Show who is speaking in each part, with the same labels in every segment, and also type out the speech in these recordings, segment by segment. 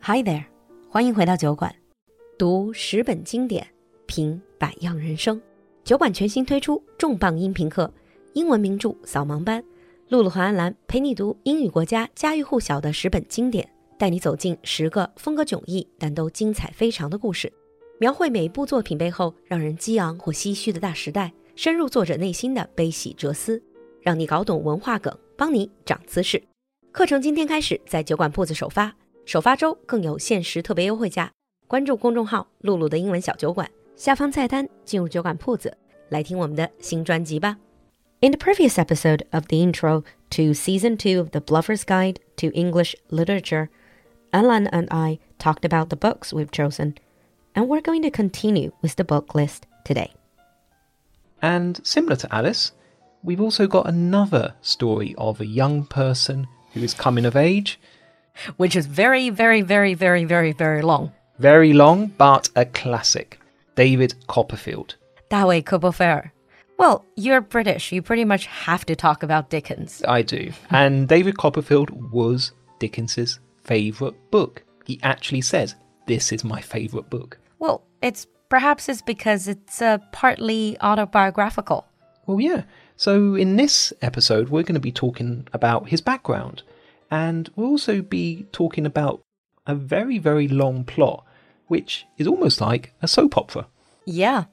Speaker 1: Hi there，欢迎回到酒馆，读十本经典，品百样人生。酒馆全新推出重磅音频课，英文名著扫盲班，露露和安澜陪你读英语国家家喻户晓的十本经典，带你走进十个风格迥异但都精彩非常的故事，描绘每一部作品背后让人激昂或唏嘘的大时代，深入作者内心的悲喜哲思，让你搞懂文化梗，帮你长姿势。课程今天开始在酒馆铺子首发。首发周更有限时特别优惠价，关注公众号“露露的英文小酒馆”，下方菜单进入酒馆铺子，来听我们的新专辑吧。In the previous episode of the intro to season two of The Bluffer's Guide to English Literature, Alan and I talked about the books we've chosen, and we're going to continue with the book list today.
Speaker 2: And similar to Alice, we've also got another story of a young person who is coming of age.
Speaker 3: which is very, very, very, very, very, very long.
Speaker 2: Very long, but a classic. David Copperfield.
Speaker 3: That way, Cooper Fair. Well, you're British. You pretty much have to talk about Dickens.
Speaker 2: I do. And David Copperfield was Dickens's favourite book. He actually says, This is my favourite book.
Speaker 3: Well, it's perhaps it's because it's uh, partly autobiographical.
Speaker 2: Well, yeah. So, in this episode, we're going to be talking about his background. And we'll also be talking about a very, very long plot, which is almost like a soap opera.
Speaker 3: Yeah.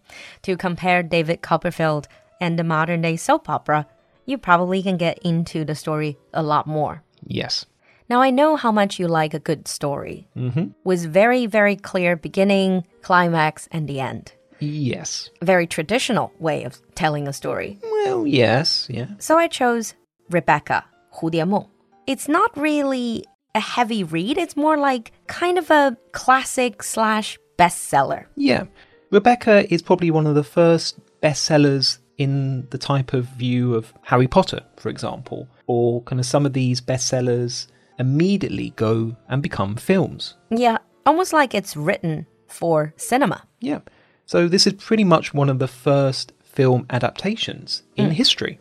Speaker 3: To compare David Copperfield and the modern day soap opera, you probably can get into the story a lot more.
Speaker 2: Yes.
Speaker 3: Now, I know how much you like a good story
Speaker 2: hmm
Speaker 3: with very, very clear beginning, climax, and the end.
Speaker 2: Yes.
Speaker 3: Very traditional way of telling a story.
Speaker 2: Well, yes, yeah.
Speaker 3: So I chose Rebecca, 蝴蝶梦. It's not really a heavy read, it's more like kind of a classic slash bestseller.
Speaker 2: Yeah. Rebecca is probably one of the first bestsellers in the type of view of Harry Potter, for example, or kind of some of these bestsellers immediately go and become films.
Speaker 3: Yeah, almost like it's written for cinema.
Speaker 2: Yeah. So this is pretty much one of the first film adaptations in history.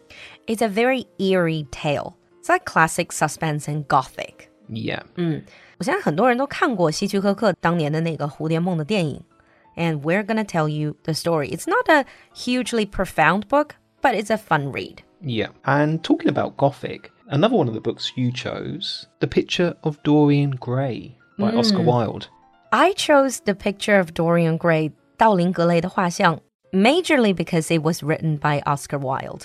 Speaker 3: It's a very eerie tale. It's like classic suspense and gothic.
Speaker 2: Yeah.
Speaker 3: 我相信很多人都看过希区柯克当年的那个《蝴蝶梦》的电影，and we're gonna tell you the story. It's not a hugely profound book, but it's a fun read.
Speaker 2: Yeah. And talking about Gothic, another one of the books you chose, The Picture of Dorian Gray by Oscar Wilde.
Speaker 3: I chose the picture of Dorian Gray 道林格雷的画像 majorly because it was written by Oscar Wilde.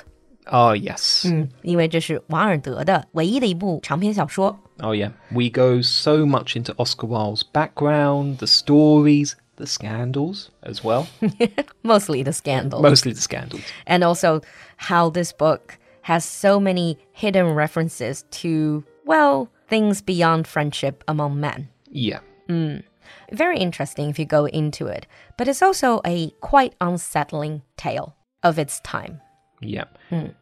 Speaker 2: Oh, yes.
Speaker 3: Mm. 因为这是瓦尔德的唯一的一部长篇小说。
Speaker 2: Oh, yeah. We go so much into Oscar Wilde's background, the stories, the scandals as well.
Speaker 3: mostly the scandal.
Speaker 2: Mostly the scandals.
Speaker 3: and also how this book has so many hidden references to, well, things beyond friendship among men.
Speaker 2: Yeah.
Speaker 3: Very interesting if you go into it, but it's also a quite unsettling tale of its time.
Speaker 2: Yeah.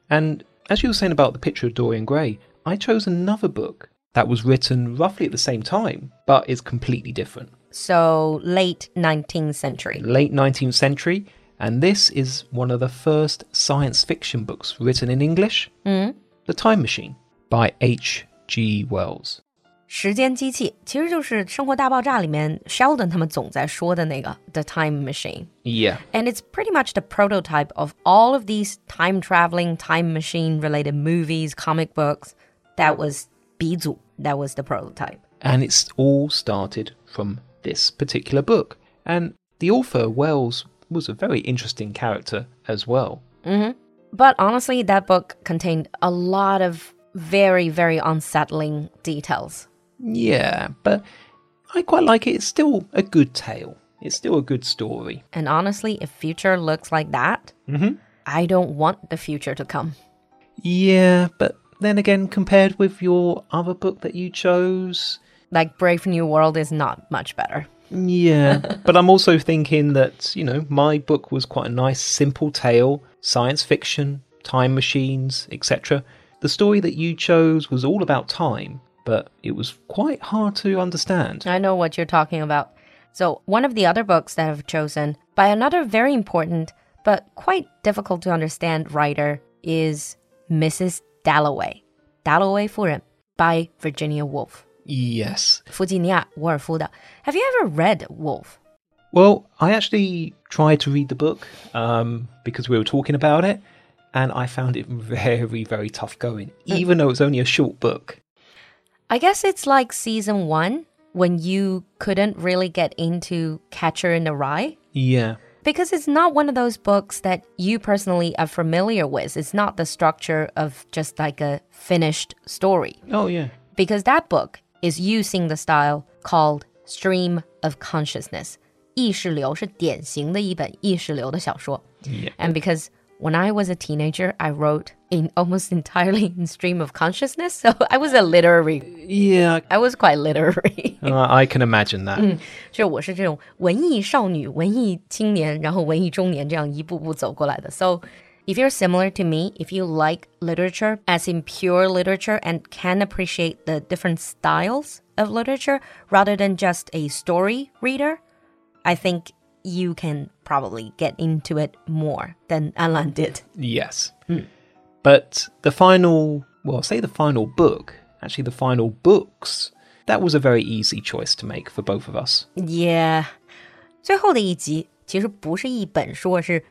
Speaker 2: And as you were saying about the picture of Dorian Gray, I chose another book that was written roughly at the same time, but is completely different.
Speaker 3: So, late 19th century.
Speaker 2: Late 19th century, and this is one of the first science fiction books written in English The Time Machine by H.G. Wells.
Speaker 3: 时间机器其实就是《生活大爆炸》里面 Sheldon 他们总在说的那个 The Time Machine。
Speaker 2: Yeah.
Speaker 3: And it's pretty much the prototype of all of these time traveling, time machine related movies, comic books. That was Bizu. That was the prototype.
Speaker 2: and it's all started from this particular book. And the author, Wells, was a very interesting character as well.
Speaker 3: Mm-hmm. But honestly, that book contained a lot of very, very unsettling details.
Speaker 2: Yeah, but I quite like it. It's still a good tale, it's still a good story.
Speaker 3: And honestly, if future looks like that, I don't want the future to come.
Speaker 2: Yeah, but then again, compared with your other book that you chose,
Speaker 3: Like Brave New World is not much better.
Speaker 2: yeah. but I'm also thinking that, you know, my book was quite a nice, simple tale science fiction, time machines, etc. The story that you chose was all about time, but it was quite hard to understand.
Speaker 3: I know what you're talking about. So, one of the other books that I've chosen by another very important but quite difficult to understand writer is Mrs. Dalloway, Dalloway 夫人 by Virginia Woolf.
Speaker 2: Yes.
Speaker 3: 弗吉尼亚·伍尔夫的。Have you ever read Wolf?
Speaker 2: Well, I actually tried to read the book um, because we were talking about it, and I found it very, very tough going, even though it's only a short book.
Speaker 3: I guess it's like season one when you couldn't really get into Catcher in the Rye
Speaker 2: Yeah.
Speaker 3: because it's not one of those books that you personally are familiar with. It's not the structure of just like a finished story
Speaker 2: Oh, yeah.
Speaker 3: because that book is using the style called stream of consciousness. 意识流是典型的一本意识流的小说。
Speaker 2: Yeah.
Speaker 3: And because when I was a teenager, I wrote in almost entirely in stream of consciousness, so I was a literary.
Speaker 2: Yeah.
Speaker 3: I was quite literary.
Speaker 2: Uh, I can imagine that.
Speaker 3: 就我是这种文艺少女、文艺青年，然后文艺中年这样一步步走过来的。So if you're similar to me, if you like literature as in pure literature and can appreciate the different styles of literature rather than just a story reader, I think you can probably get into it more than Alan did.
Speaker 2: Yes. But the final, well, say the final book, actually, the final books, that was a very easy choice to make for both of us.
Speaker 3: Yeah，最后的一集其实不是一本书，而是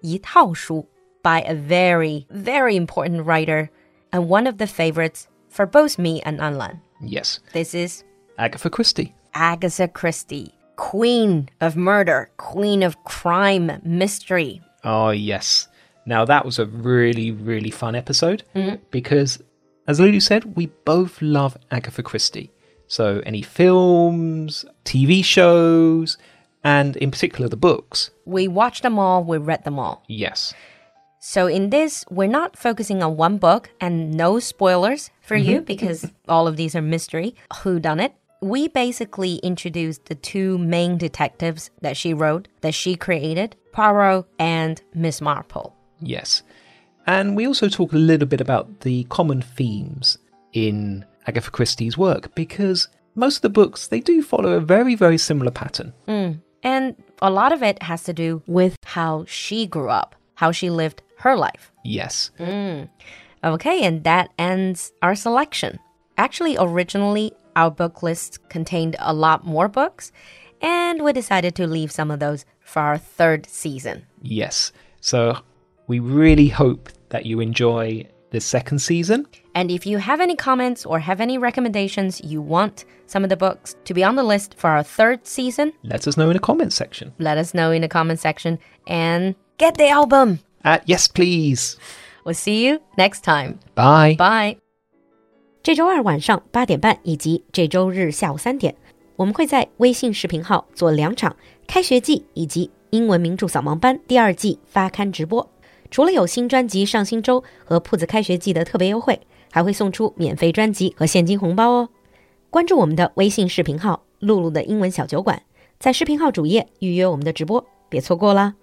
Speaker 3: 一套书 by a very very important writer and one of the favorites for both me and Anlan.
Speaker 2: Yes.
Speaker 3: This is
Speaker 2: Agatha Christie.
Speaker 3: Agatha Christie, Queen of Murder, Queen of Crime, Mystery.
Speaker 2: Oh, yes. Now, that was a really, really fun episode because, as Lulu said, we both love Agatha Christie. So, any films, TV shows, and in particular the books.
Speaker 3: We watched them all. We read them all.
Speaker 2: Yes.
Speaker 3: So in this, we're not focusing on one book and no spoilers for you because all of these are mystery who done it. We basically introduced the two main detectives that she wrote, that she created, Poirot and Miss Marple.
Speaker 2: Yes. And we also talk a little bit about the common themes in Agatha Christie's work because most of the books they do follow a very very similar pattern.
Speaker 3: Mm. And a lot of it has to do with how she grew up, how she lived her life.
Speaker 2: Yes.
Speaker 3: Okay, and that ends our selection. Actually, originally, our book list contained a lot more books, and we decided to leave some of those for our third season.
Speaker 2: Yes. So we really hope that you enjoy this second season.
Speaker 3: And if you have any comments or have any recommendations you want some of the books to be on the list for our third season,
Speaker 2: Let us know in the comments section.
Speaker 3: let us know in the comment section and get the album.
Speaker 2: At yes please.
Speaker 3: We'll see you next time.
Speaker 2: Bye.
Speaker 3: Bye.
Speaker 1: 这周二晚上八点半以及这周日下午三点，我们会在微信视频号做两场开学季以及英文名著扫盲班第二季发刊直播。除了有新专辑上新周和铺子开学季的特别优惠，还会送出免费专辑和现金红包哦。关注我们的微信视频号“露露的英文小酒馆”，在视频号主页预约我们的直播，别错过啦！